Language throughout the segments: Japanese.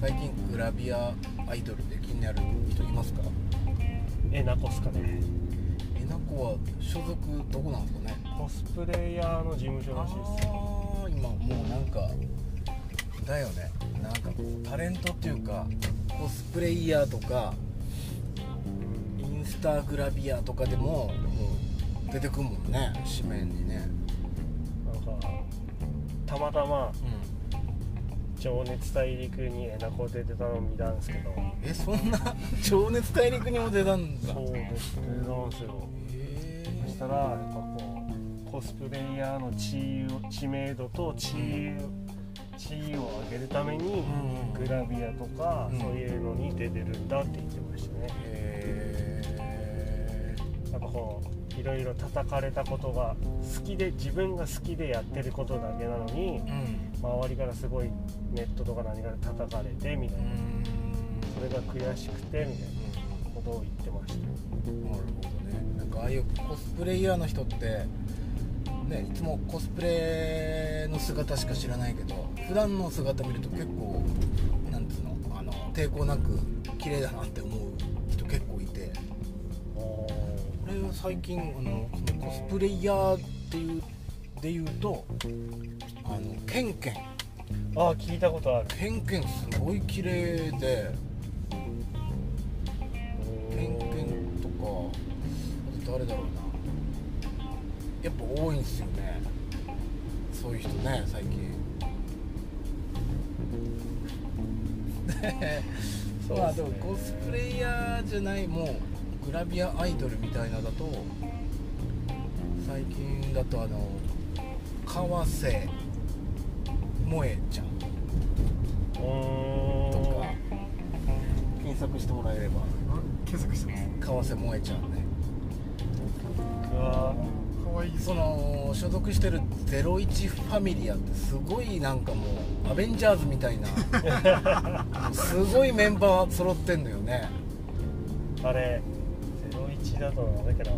最近グラビアアイドルで気になる人いますかえなこっすかねえなこは所属どこなんですかねコスプレイヤーの事務所らしいですああ今もうなんかだよねなんかこうタレントっていうかコスプレイヤーとかインスタグラビアとかでももう出てくるもんね紙面にねなんかたまたまうん「情熱大陸」にえなこ出てたの見たんですけどえそんな 情熱大陸にも出たんだそうですねなんですよえそしたらやっぱこうコスプレイヤーの地位を知名度と地位を地位を上げるためにうんグラビアとかうんそういうのに出てるんだって言ってましたねえやっぱこういろいろ叩かれたことが好きで自分が好きでやってることだけなのにうん周りからすごいネットとか何から叩かれてみたいなそれが悔しくてみたいなことを言ってましたなるほどねなんかああいうコスプレイヤーの人ってねいつもコスプレの姿しか知らないけど普段の姿見ると結構なんつうのあの抵抗なく綺麗だなって思う人結構いて俺は最近あのそのコスプレイヤーっていうで言うとあのケンケンああ聞いたことあるケンケンすごい綺麗でケンケンとかあと誰だろうなやっぱ多いんですよねそういう人ね最 近そうっすねまあでもコスプレイヤーじゃないもうグラビアアイドルみたいなだと最近だとあの川瀬萌えちゃんうーんとか検索してもらえれば検索してます川瀬萌えちゃんね僕は可愛いその所属してる「ゼロイチファミリア」ってすごいなんかもうアベンジャーズみたいなすごいメンバー揃ってんのよねあれ01だとなんだっけな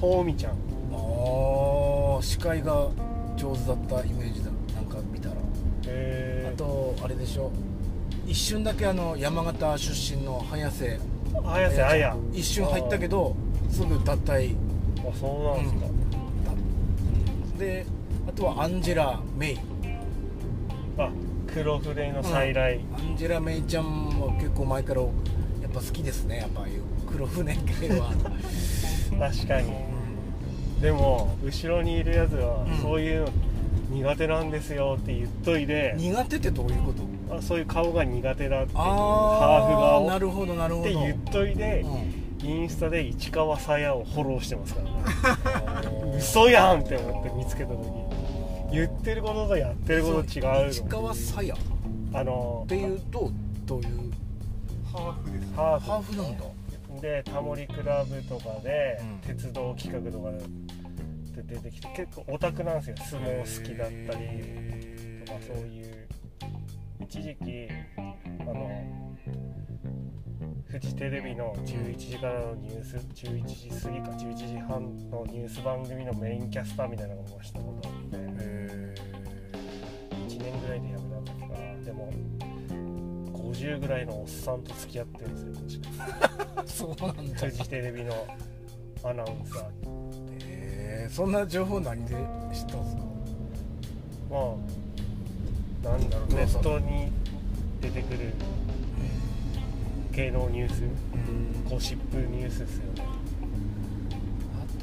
とうみちゃんああ司会が上手だったイメージだなんか見たらえあとあれでしょ一瞬だけあの山形出身の早瀬綾瀬綾一瞬入ったけどすぐ脱退あそうなんですか、であとはアンジェラ・メイあ黒船の再来、アンジェラ・メイちゃんも結構前からやっぱ好きですねやっぱああいう黒船系 は確かにでも後ろにいるやつは、うんそういうの苦手なんですよって言っといて苦手ってどういうことあそういう顔が苦手だっていうあハーフ顔あなるほどなるっほどて言っといてう、んインスタで市川さやをフォローしてますからね嘘やんって思って見つけた時言ってることとやってること違う市の川さやっあのていうとどういうハーフですハーフハーフなんだでタモリクラブとかで、うん鉄道企画とかで出てきて結構オタクなんですよ相撲好きだったりとかそういう一時期あのフジテレビの11時からのニュース11時過ぎか11時半のニュース番組のメインキャスターみたいなのもしたことあってへ1年ぐらいで辞めたんだからでも50ぐらいのおっさんと付き合ってるんですよ確かーそうなんだ フジテレビのアナウンサーえーそんな情報何で知ったんですかまあなんだろうネットに出てくる芸能ニュースゴシップニュースですよね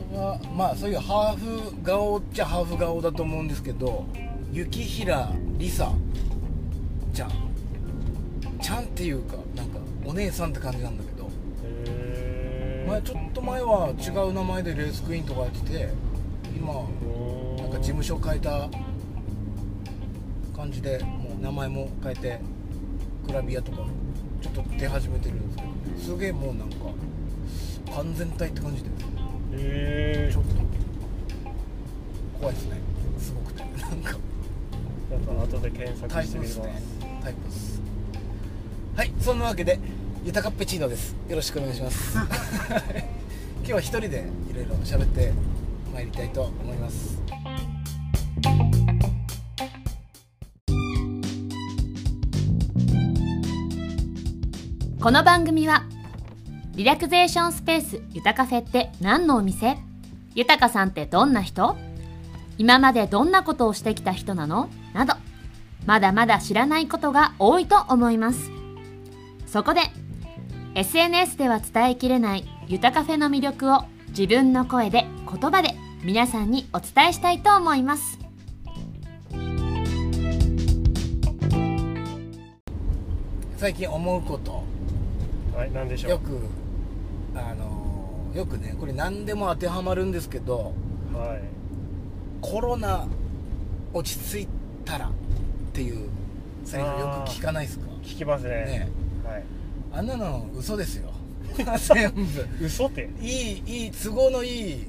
あとはまあそういうハーフ顔っちゃハーフ顔だと思うんですけど雪平りさちゃんちゃんっていうかなんかお姉さんって感じなんだけどへ前ちょっと前は違う名前でレースクイーンとかやってて今なんか事務所変えた感じでもう名前も変えてグラビアとかちょっと出始めてるんですけどすげえもうなんか完全体って感じでへちょっと怖いですねすごくてなんかなんか後で検タ索イしてプみでますすねタイプですはいそんなわけでユタカッペチーノですよろしくお願いします今日は一人でいろいろ喋ってまいりたいと思いますこの番組はリラクゼーションスペースゆたカフェって何のお店ゆたかさんってどんな人今までどんなことをしてきた人なのなどまだまだ知らないことが多いと思いますそこで SNS では伝えきれないゆたカフェの魅力を自分の声で言葉で皆さんにお伝えしたいと思います最近思うことはい何でしょよくあのーよくねこれ何でも当てはまるんですけどうはいコロナ落ち着いたらっていうセリフよく聞かないですか聞きますねねはいあんなの嘘ですよ 全部嘘っていいいい都合のいい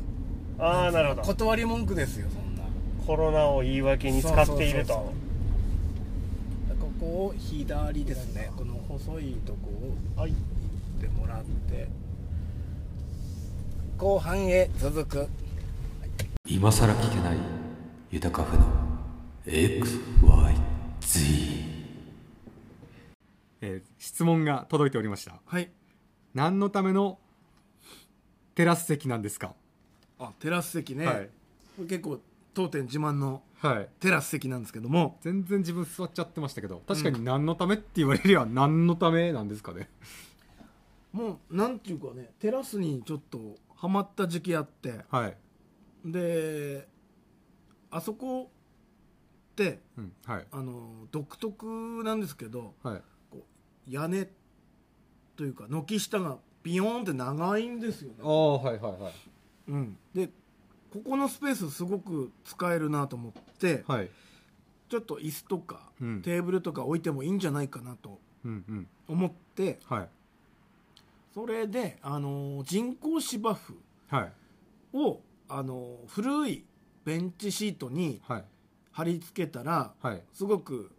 ああなるほど断り文句ですよそんなコロナを言い訳に使っているそとうそうそうそうここを左ですねこの細いとこをはい行ってもらって後半へ続く今さら聞けないユタカフェの XYZ えー質問が届いておりましたはい何のためのテラス席なんですかあテラス席ね、はいこれ結構当店自慢のはいテラス席なんですけども全然自分座っちゃってましたけど確かに何のためって言われりゃ何のためなんですかね、 もうなんていうかねテラスにちょっとハマった時期あってはい、であそこってうん、はいあの独特なんですけどはい屋根というか軒下がビヨーンって長いんですよあね、あはいはいはいうん、でここのスペースすごく使えるなと思って、はいちょっと椅子とか、うんテーブルとか置いてもいいんじゃないかなとうんうん思ってはいそれで、あのー人工芝生はいを、あのー古いベンチシートにはい貼り付けたらはいすごく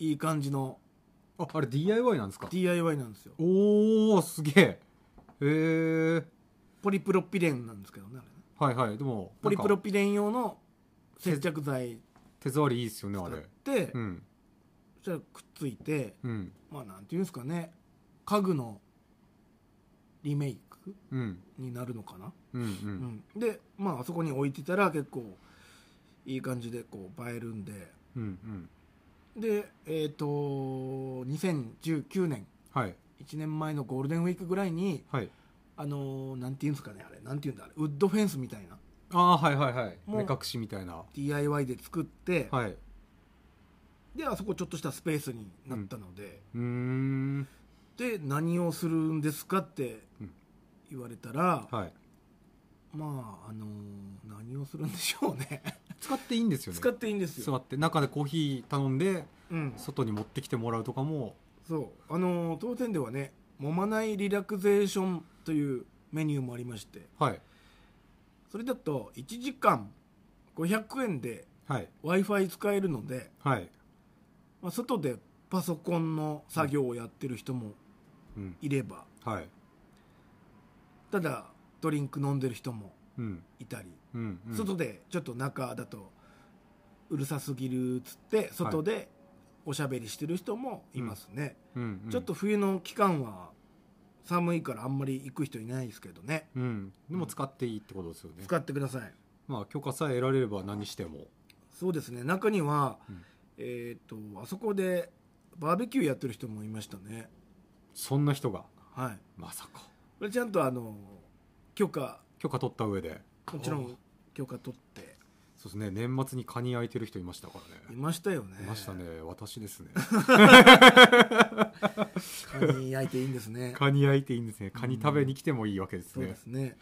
いい感じのああれ DIY なんですか DIY なんですよおおすげえへえポリプロピレンなんですけどねあれねはいはいでもポリプロなんかピレン用の接着剤手触りいいっすよねあ使っれてうんそしたらくっついてうんまあなんていうんですかね家具のリメイクうんになるのかな、うんううんんでまああそこに置いてたら結構いい感じでこう映えるんでうんうんでえっ、と2019年はい1年前のゴールデンウィークぐらいにはいあのーなんていうんですかねあれなんていうんだあれウッドフェンスみたいなああーはいはいはいもう目隠しみたいな DIY で作って、はい。であそこちょっとしたスペースになったので、うーん。で何をするんですかってうん言われたら、はい。まああのー何をするんでしょう ね使っていいんですよね。使っていいんです座よ、って中でコーヒー頼んでうん、外に持ってきてもらうとかも。そうあのー当店ではね揉まないリラクゼーションというメニューもありましてはいそれだと1時間500円ではい w i f i 使えるので、はい。まあ、外でパソコンの作業をやってる人もうんいれば、はい。ただドリンク飲んでる人もうんいたり、うんうん。外でちょっと中だとうるさすぎるっつって外でおしゃべりしてる人もいますね、うんうんちょっと。冬の期間は寒いからあんまり行く人いないですけどねうん。でも使っていいってことですよね。使ってくださいまあ許可さえ得られれば何しても。そうですね中には、うんえっ、とあそこでバーベキューやってる人もいましたねそんな人がはいまさかこれちゃんとあの許可許可取った上で。もちろん許可取ってそうですね。年末にカニ焼いてる人いましたからいね。ましたよねいましたね。私ですね。カニ焼いていいんですねカニ焼いていいんですね。カニ食べに来てもいいわけですそうねで。すね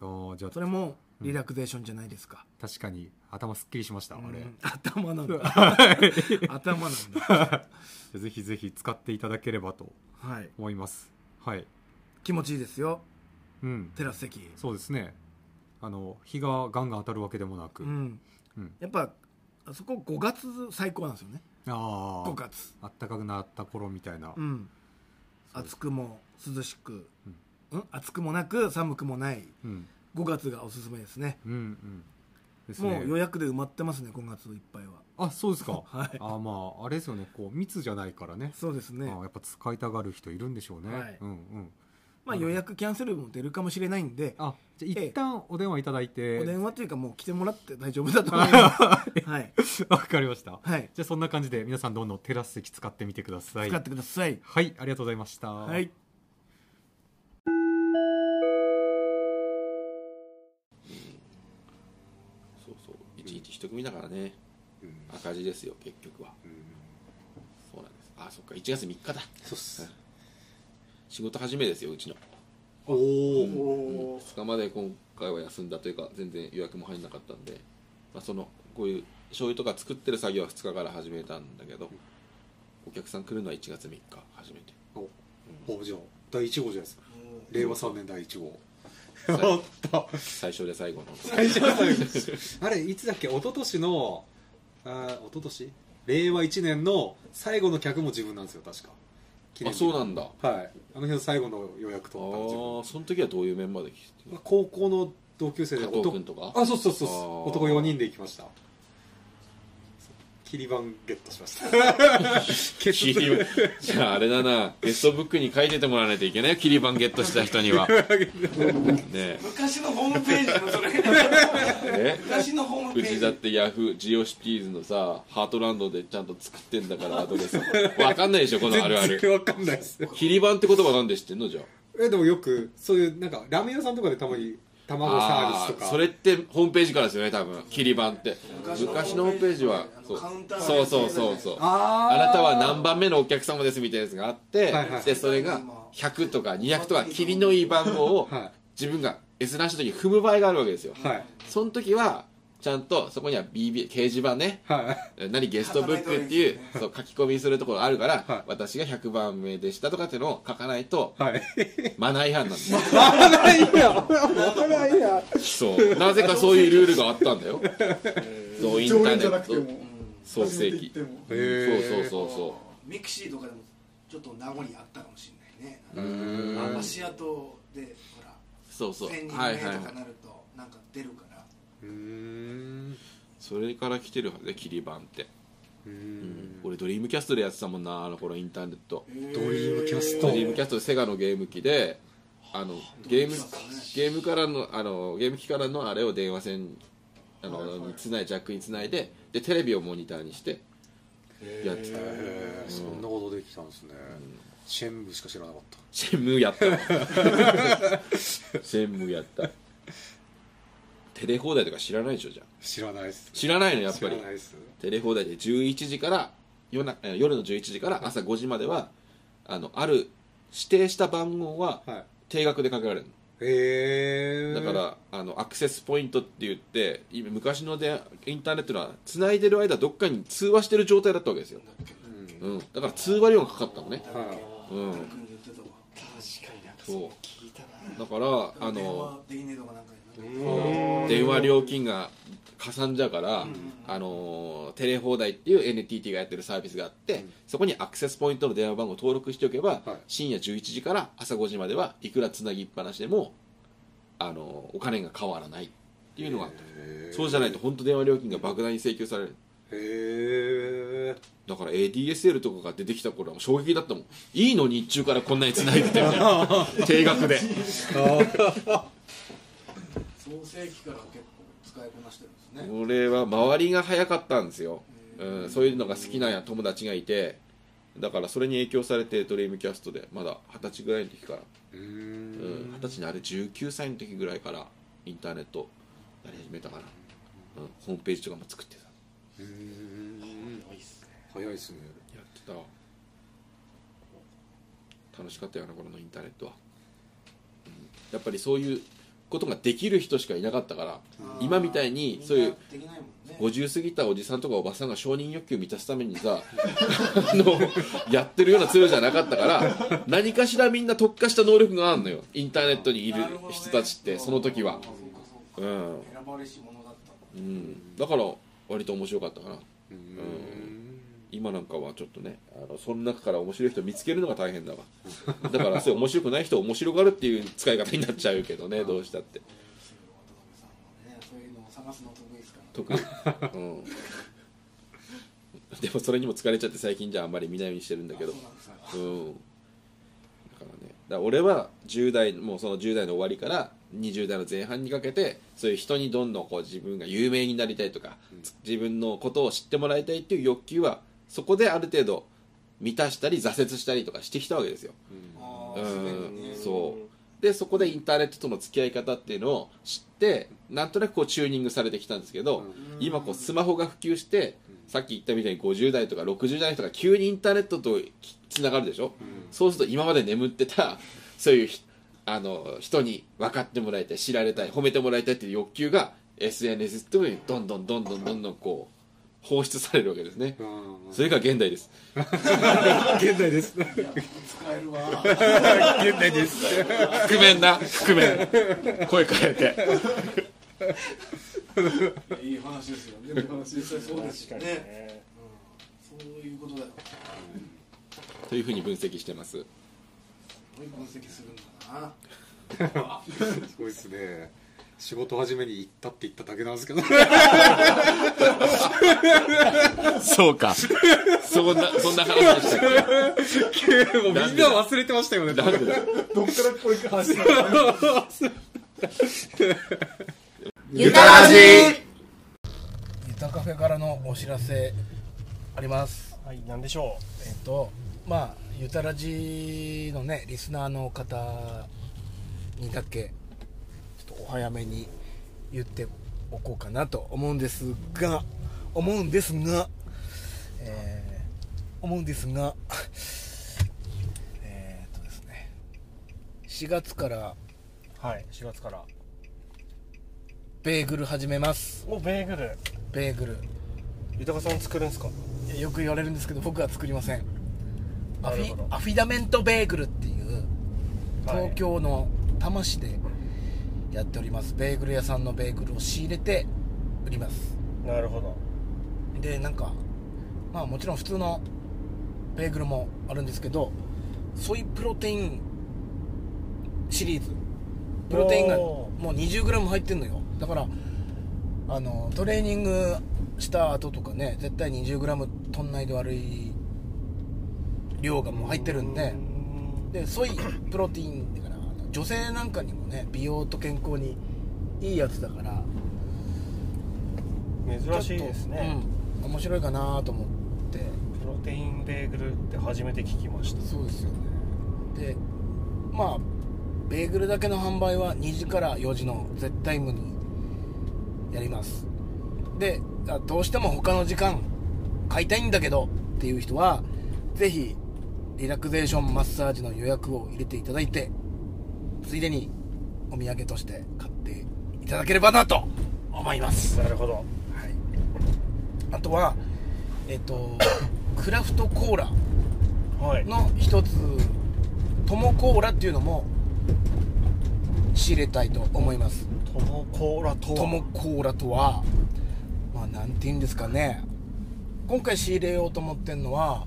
ああじゃあそれもリラクゼーションじゃないですか、確かに頭すっきりしました。あれ。うん頭 なんだ 頭なんだぜひぜひ使っていただければとはい思います。はい。気持ちいいですようん。テラス席そうですね。あの、日がガンガン当たるわけでもなく。うん、うんやっぱあそこ5月最高なんですよねあ5あ。月あったかくなった頃みたいな。うんそう暑くも涼しく、うんうん、暑くもなく寒くもないうん。 5月がおすすめですねうんうん。ですもねう予約で埋まってますね今月いっぱいはあそうですか、 はいあまああれですよねこう密じゃないからねそうですねあやっぱ使いたがる人いるんでしょうね、はいうんうんまあ予約キャンセルも出るかもしれないんであじゃあ一旦お電話いただいてお電話というかもう来てもらって大丈夫だと思いますはい わかりましたはいじゃあそんな感じで皆さんどんどんテラス席使ってみてください使ってくださいはいありがとうございましたはいそうそういちいち人組だからね、赤字ですよ結局は、そうなんですあそっか1月3日だそうっす仕事始めですようちのおお2日まで今回は休んだというか全然予約も入んなかったんで、まあ、そのこういう醤油とか作ってる作業は2日から始めたんだけど、お客さん来るのは1月3日初め ておじゃあ第1号じゃないですか令和3年第1号最おっ と最初で 最後の大丈夫あれいつだっけ一昨年のあー一昨年令和1年の最後の客も自分なんですよ確か記あ念日そうなんだあはいあの日の最後の予約取っあたの自分ーその時はどういうメンバーで来てまあ高校の同級生で加藤君とかあそうそうそうあーそう男4人で行きました切り板ゲットしましたケツキリバン じゃああれだなゲストブックに書いててもらわないといけないよキリバンゲットした人にはねえ昔のホームページのそれえ昔のホームうちだってヤフージオシティーズのさハートランドでちゃんと作ってんだからアドレスわかんないでしょこのあるあ 全然る わかんないですキリバンって言葉なんで知ってんのじゃあえでもよくそういうなんかラーメン屋さんとかでたまに卵サービスとかあーそれってホームページからですよね多分キリバンって昔のホームページはそうそうそうそうそうあーあなたは何番目のお客様ですみたいなやつがあって、はいはいでそれが100とか200とか霧のいい番号をは自分が閲覧した時に踏む場合があるわけですよ、はいその時はちゃんとそこには BB 掲示板ねはい何ゲストブックっていうそう書き込みするところあるから、はい私が100番目でしたとかっていうのを書かないとはいマナー違反なんですよあらいやあらいやそうなぜかそういうルールがあったんだよ そうインタ常ー連ネじゃなッくてもト創世初め記て行ってもそうそうそうそミクシーとかでもちょっと名残あったかもしれないねううーん足跡でほらそうそう1000人はいは名いとはかいなるとなんか出るからうーんそれから来てるはずねキリバンってうーん俺ドリームキャストでやってたもんなあの頃インターネットドリームキャストドリームキャストでセガのゲーム機であのゲームゲームからのあのゲーム機からのあれを電話線にあの、につないジャックにつないででテレビをモニターにしてやってたへーそんなことできたんですねシェンブしか知らなかったシェンムーやったシェンムーやったテレ放題とか知らないでしょじゃあ知らないです知らないのやっぱり知らないですテレ放題で11時から夜なえ夜の11時から朝5時まではあのある指定した番号ははい定額でかけられるへえのだからあのアクセスポイントって言って今昔のでインターネットのは繋いでる間どっかに通話してる状態だったわけですよ、うん、だから通話料がかかったのね、はう言ん、ってたわそうだからあの電話できねえとかなんかやな電話料金がかさんじゃうから、あのーテレ放題っていう NTT がやってるサービスがあって、そこにアクセスポイントの電話番号を登録しておけば、はい深夜11時から朝5時まではいくらつなぎっぱなしでも、あのーお金が変わらないっていうのがあったそうじゃないと本当電話料金が莫大に請求されるいへえだから ADSL とかが出てきた頃はもう衝撃だったもんいいの日中からこんなにつないでてみたいな定額で創世紀から結構使いこなしてるんですね俺は周りが早かったんですよ、うん、そういうのが好きな友達がいてだからそれに影響されてドリームキャストでまだ二十歳ぐらいの時からううんん二十、歳のあれ19歳の時ぐらいからインターネットやり始めたから、うん、ホームページとかも作ってた早いですねやってたわ楽しかったよなこのインターネットは、うんやっぱりそういうことができる人しかいなかったから今みたいにそういうできないもんね50過ぎたおじさんとかおばさんが承認欲求満たすためにさ あのやってるようなツールじゃなかったから何かしらみんな特化した能力があるのよインターネットにいる人たちってその時はあそうかそうかうん、選ばれし者だったうん、だから割と面白かったかなうーん今なんかはちょっとねあのその中から面白い人見つけるのが大変だわだからそういう面白くない人を面白がるっていう使い方になっちゃうけどねどうしたって渡辺さんはねそういうのを探すの得意ですか得意、うん、でもそれにも疲れちゃって最近じゃあんまり見ないようにしてるんだけどうんだからねだから俺は10代もうその10代の終わりから20代の前半にかけてそういう人にどんどんこう自分が有名になりたいとか、つ自分のことを知ってもらいたいっていう欲求はそこである程度満たしたり挫折したりとかしてきたわけですよ、あうーすんごいねそうでそこでインターネットとの付き合い方っていうのを知ってなんとなくこうチューニングされてきたんですけど、今こうスマホが普及してさっき言ったみたいに50代とか60代の人が急にインターネットときつながるでしょ、そうすると今まで眠ってた そういうひあの人に分かってもらいたい知られたい褒めてもらいたいっていう欲求が SNS っていうのにどんどんどんどんどんどんこう放出されるわけですね、うんそれが現代です現代です現使えるわ代です覆面な覆面声変えていい話ですよね。いい話ですよ。そうですよね。そういうことだよ。というふうに分析してますすごい分析するんだな。すごいですね仕事始めに行ったって言っただけなんですけどそうかそんなそんな話でしたっ けもうみんな忘れてましたよねなんでだどっからこれか始まゆたらじゆたカフェからのお知らせありますはい、なんでしょえっとまあゆたらじのねリスナーの方にだけちょっとお早めに言っておこうかなと思うんですが思うんですが、えー思うんですがえーっとですね4月からう。はい、4月から。ベーグル始めますお、ベーグル。ベーグル豊さん作るんすかいやよく言われるんですけど僕は作りませんアフなるほィどアフィダメントベーグルっていうはい東京の多摩市でやっておりますベーグル屋さんのベーグルを仕入れて売りますなるほど。でなんかまあもちろん普通のベーグルもあるんですけどソイプロテインシリーズプロテインがもおう 20g 入ってんのよだからあのトレーニングした後とかね絶対 20g とんないで悪い量がもう入ってるんででソイプロテインってからあの女性なんかにもね美容と健康にいいやつだから珍しいですね。うん、面白いかなと思ってプロテインベーグルって初めて聞きました。そうですよねでまあベーグルだけの販売は2時から4時の絶対無にやりますであどうしても他の時間買いたいんだけどっていう人はぜひリラクゼーションマッサージの予約を入れていただいてついでにお土産として買っていただければなと思いますなるほど。はい、あとは、えっとクラフトコーラはい。の一つトモコーラっていうのも仕入れたいと思いますトモコーラとはトモコーラとはまあなんて言うんですかね今回仕入れようと思ってんのは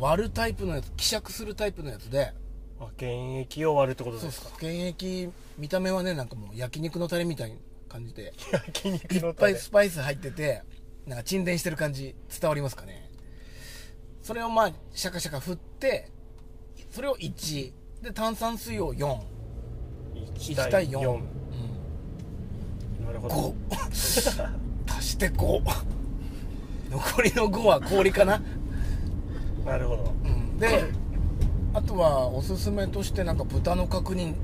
割るタイプのやつ希釈するタイプのやつであ現役を割るってことそうでですす か現役見た目はねなんかもう焼肉のタレみたいな感じで焼肉いのっタぱレいスパイス入っててなんか沈殿してる感じ伝わりますかねそれをまあシャカシャカ振ってそれを1で炭酸水を4 1 1対対4 4、なるほ5ど 足して5残りの5は氷かな、なるほどうん、であとはおすすめとしてなんか豚の角煮に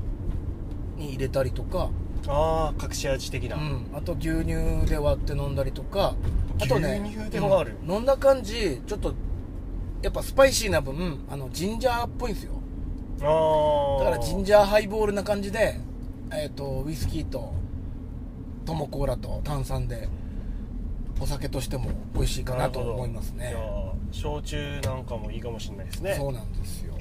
入れたりとか、ああ隠し味的な、うん、あと牛乳で割って飲んだりとかあとね牛乳でもある、飲んだ感じちょっとやっぱスパイシーな分あのジンジャーっぽいんですよああだからジンジャーハイボールな感じで、えー、とウイスキーとトモコーラと炭酸でお酒としても美味しいかなと思いますなねるほどいやー焼酎なんかもいいかもしれないですねそうなんですよ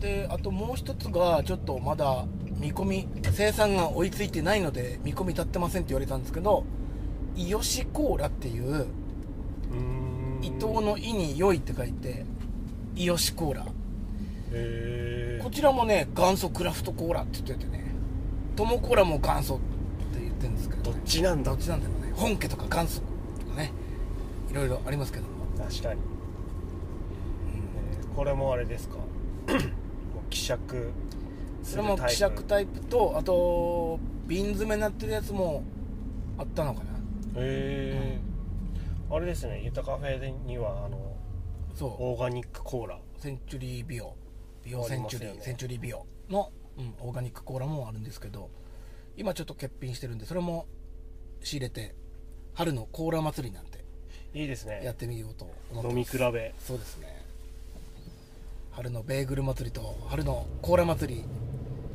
であともう一つがちょっとまだ見込み生産が追いついてないので見込み立ってませんって言われたんですけどイヨシコーラっていううーん伊藤の「い」に「良い」って書いてイヨシコーラへえこちらもね元祖クラフトコーラって言っててねトモコーラも元祖って言っってるんですけどどっちなんだどっちなんだろうね本家とか元祖とかねいろいろありますけども、確かに、うん、えーこれもあれ ですかもう希釈すそるれもタイプ希釈タイプとあと瓶詰めになってるやつもあったのかなへえあれですねゆたカフェにはあのそオーガニックコーラうセンチュリービオビオあセりンますチよュねリー、センチュリービオの、うん、オーガニックコーラもあるんですけど今ちょっと欠品してるんでそれも仕入れて春のコーラ祭りなんていいですやっねてみようと思って飲み比べそうですね春のベーグル祭りと春のコーラ祭り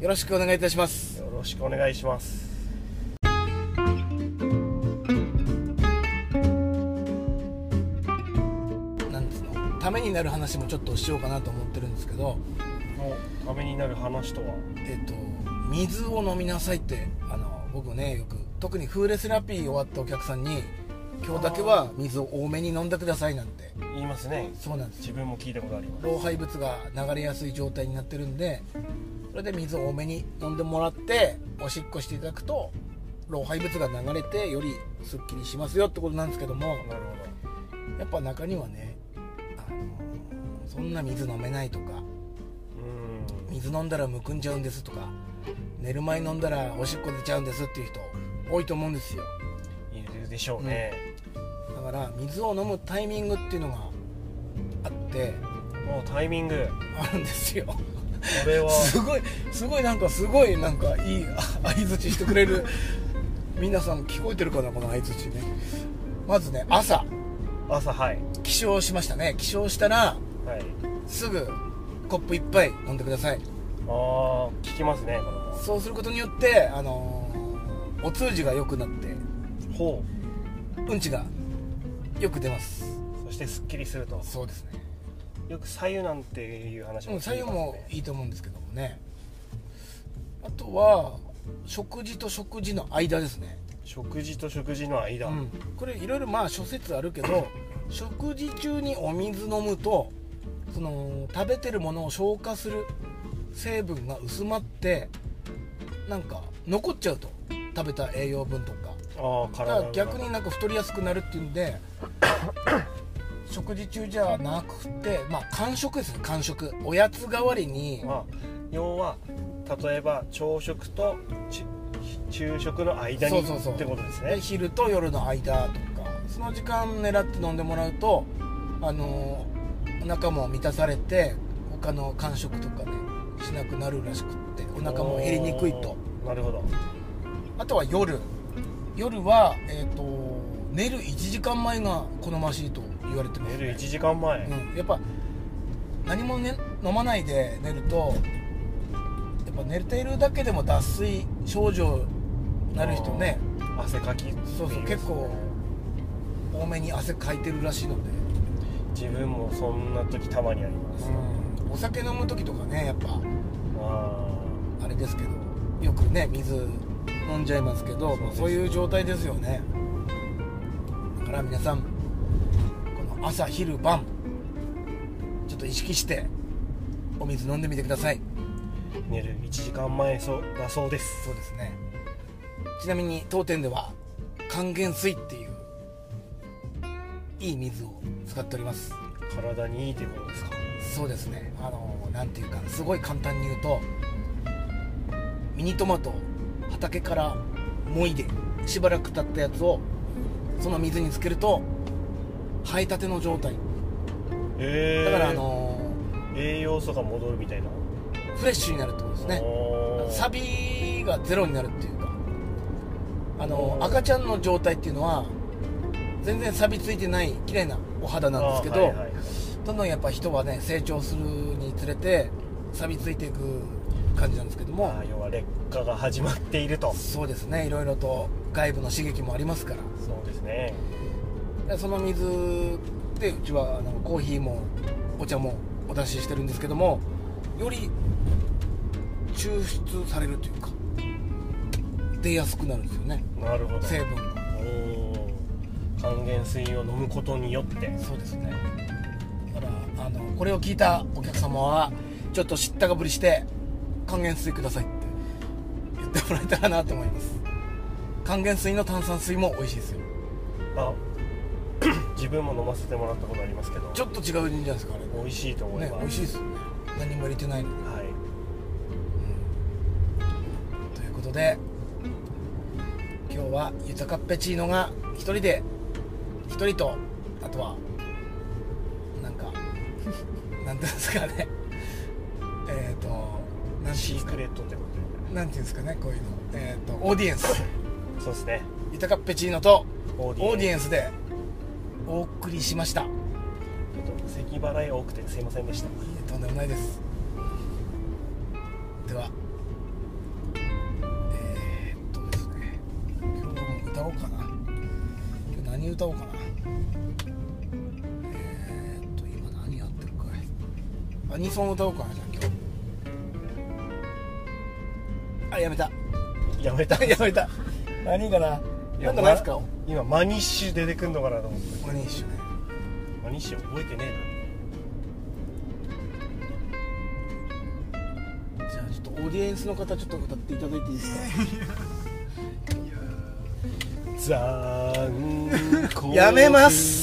よろしくお願いいたしますよろしくお願いしますなんつうのためになる話もちょっとしようかなと思ってるんですけどもうためになる話とはえっと水を飲みなさいってあの僕ねよく特にフーレセラピー終わったお客さんに今日だけは水を多めに飲んでくださいなんて言いますねそうなんです自よ分も聞いたことあります老廃物が流れやすい状態になってるんでそれで水を多めに飲んでもらっておしっこしていただくと老廃物が流れてよりすっきりしますよってことなんですけどもなるほやっぱ中にはねあのそんな水飲めないとかどうん水飲んだらむくんじゃうんですとか寝る前飲んだらおしっこ出ちゃうんですっていう人多いと思うんですよいるでしょうね、だから水を飲むタイミングっていうのがあってもうタイミングあるんですよこ れはすごいすごいなんかすごいなんかいいあ相づちしてくれる皆さん聞こえてるかなこの相づちねまずね朝朝はい起床しましたね起床したらはいすぐコップ一杯飲んでくださいああ聞きますねこれもそうすることによってあのーお通じが良くなってほうんちがよく出ますうそしてすっきりするとそうですねよく左右なんていう話うもん聞きます左ね右もいいと思うんですけどもねあとは食事と食事の間ですね、食事と食事の間、うん、これいろいろまあ諸説あるけ ど食事中にお水飲むとその食べてるものを消化する成分が薄まってなんか残っちゃうと食べた栄養分とかああだか体らが逆になんか太りやすくなるっていうん で食事中じゃなくてまあ間食ですね間食おやつ代わりにまあ要は例えば朝食とち昼食の間にそうそうそうってことですでね昼と夜の間とかその時間狙って飲んでもらうとあのーお腹も満たされて他の間食とかねしなくなるらしくってお腹も減りにくいとおーなるほどあとは夜夜はえっ、と寝る1時間前が好ましいと言われてます、ね、寝る1時間前、うん、やっぱ何も、ね、飲まないで寝るとやっぱ寝ているだけでも脱水症状になる人ね汗かきっていますそうそう結構多めに汗かいてるらしいので、自分もそんな時たまにあります、お酒飲む時とかねやっぱああれですけどよくね水飲んじゃいますけどそう,、いう状態ですよねだから皆さんこの朝昼晩ちょっと意識してお水飲んでみてくださいあ寝る1時間前そうだそうですそうですねちなみに当店では還元水っていういい水を使っております体にいいということですかそうですねあのなんていうかすごい簡単に言うとミニトマトを畑からもいでしばらく経ったやつをその水につけると生えたての状態えだえからあの栄養素が戻るみたいなフレッシュになるってことですねおーサビがゼロになるっていうかあの赤ちゃんの状態っていうのは全然錆びついてない綺麗なお肌なんですけど、あーはいはいはいどんどんやっぱ人はね成長するにつれて錆びついていく感じなんですけども、あー要は劣化が始まっているとそうですねいろいろと外部の刺激もありますからそうですねでその水でうちはあのコーヒーもお茶もお出ししてるんですけどもより抽出されるというか出やすくなるんですよねなるほど成分がおー還元水を飲むことによってそうですねだからあのこれを聞いたお客様はちょっと知ったかぶりして還元水くださいって言ってもらえたらなと思います還元水の炭酸水も美味しいですよあ 自分も飲ませてもらったことありますけどちょっと違うんじゃないですかあ美味しいと思れいねます、美味しいですよね何も入れてないのはいということで今日はゆたかっぺチーノが一人で一人とあとはなんか なんていうんですかね えっ、となんていシうんですーかクレットってことでなんていうんですかねこういうのえっ、とオーディエンスそうですねゆたかっぺチーノとオーディエオンスーディエンスでお送りしましたいちょっと咳払い多くてすいませんでしたえとんでもないですではえー、っとですね今日も歌おうかな今日何歌おうかなえー、っと今何やってるかいアニソン歌おうかなじゃあ今日あやめたやめ たやめた何かななんかないっすかま今マニッシュ出てくんのかなと思ってこれに一緒ねマニッシュ覚えてねじゃあちょっとオーディエンスの方ちょっと歌っていただいていいですかえな残酷やめます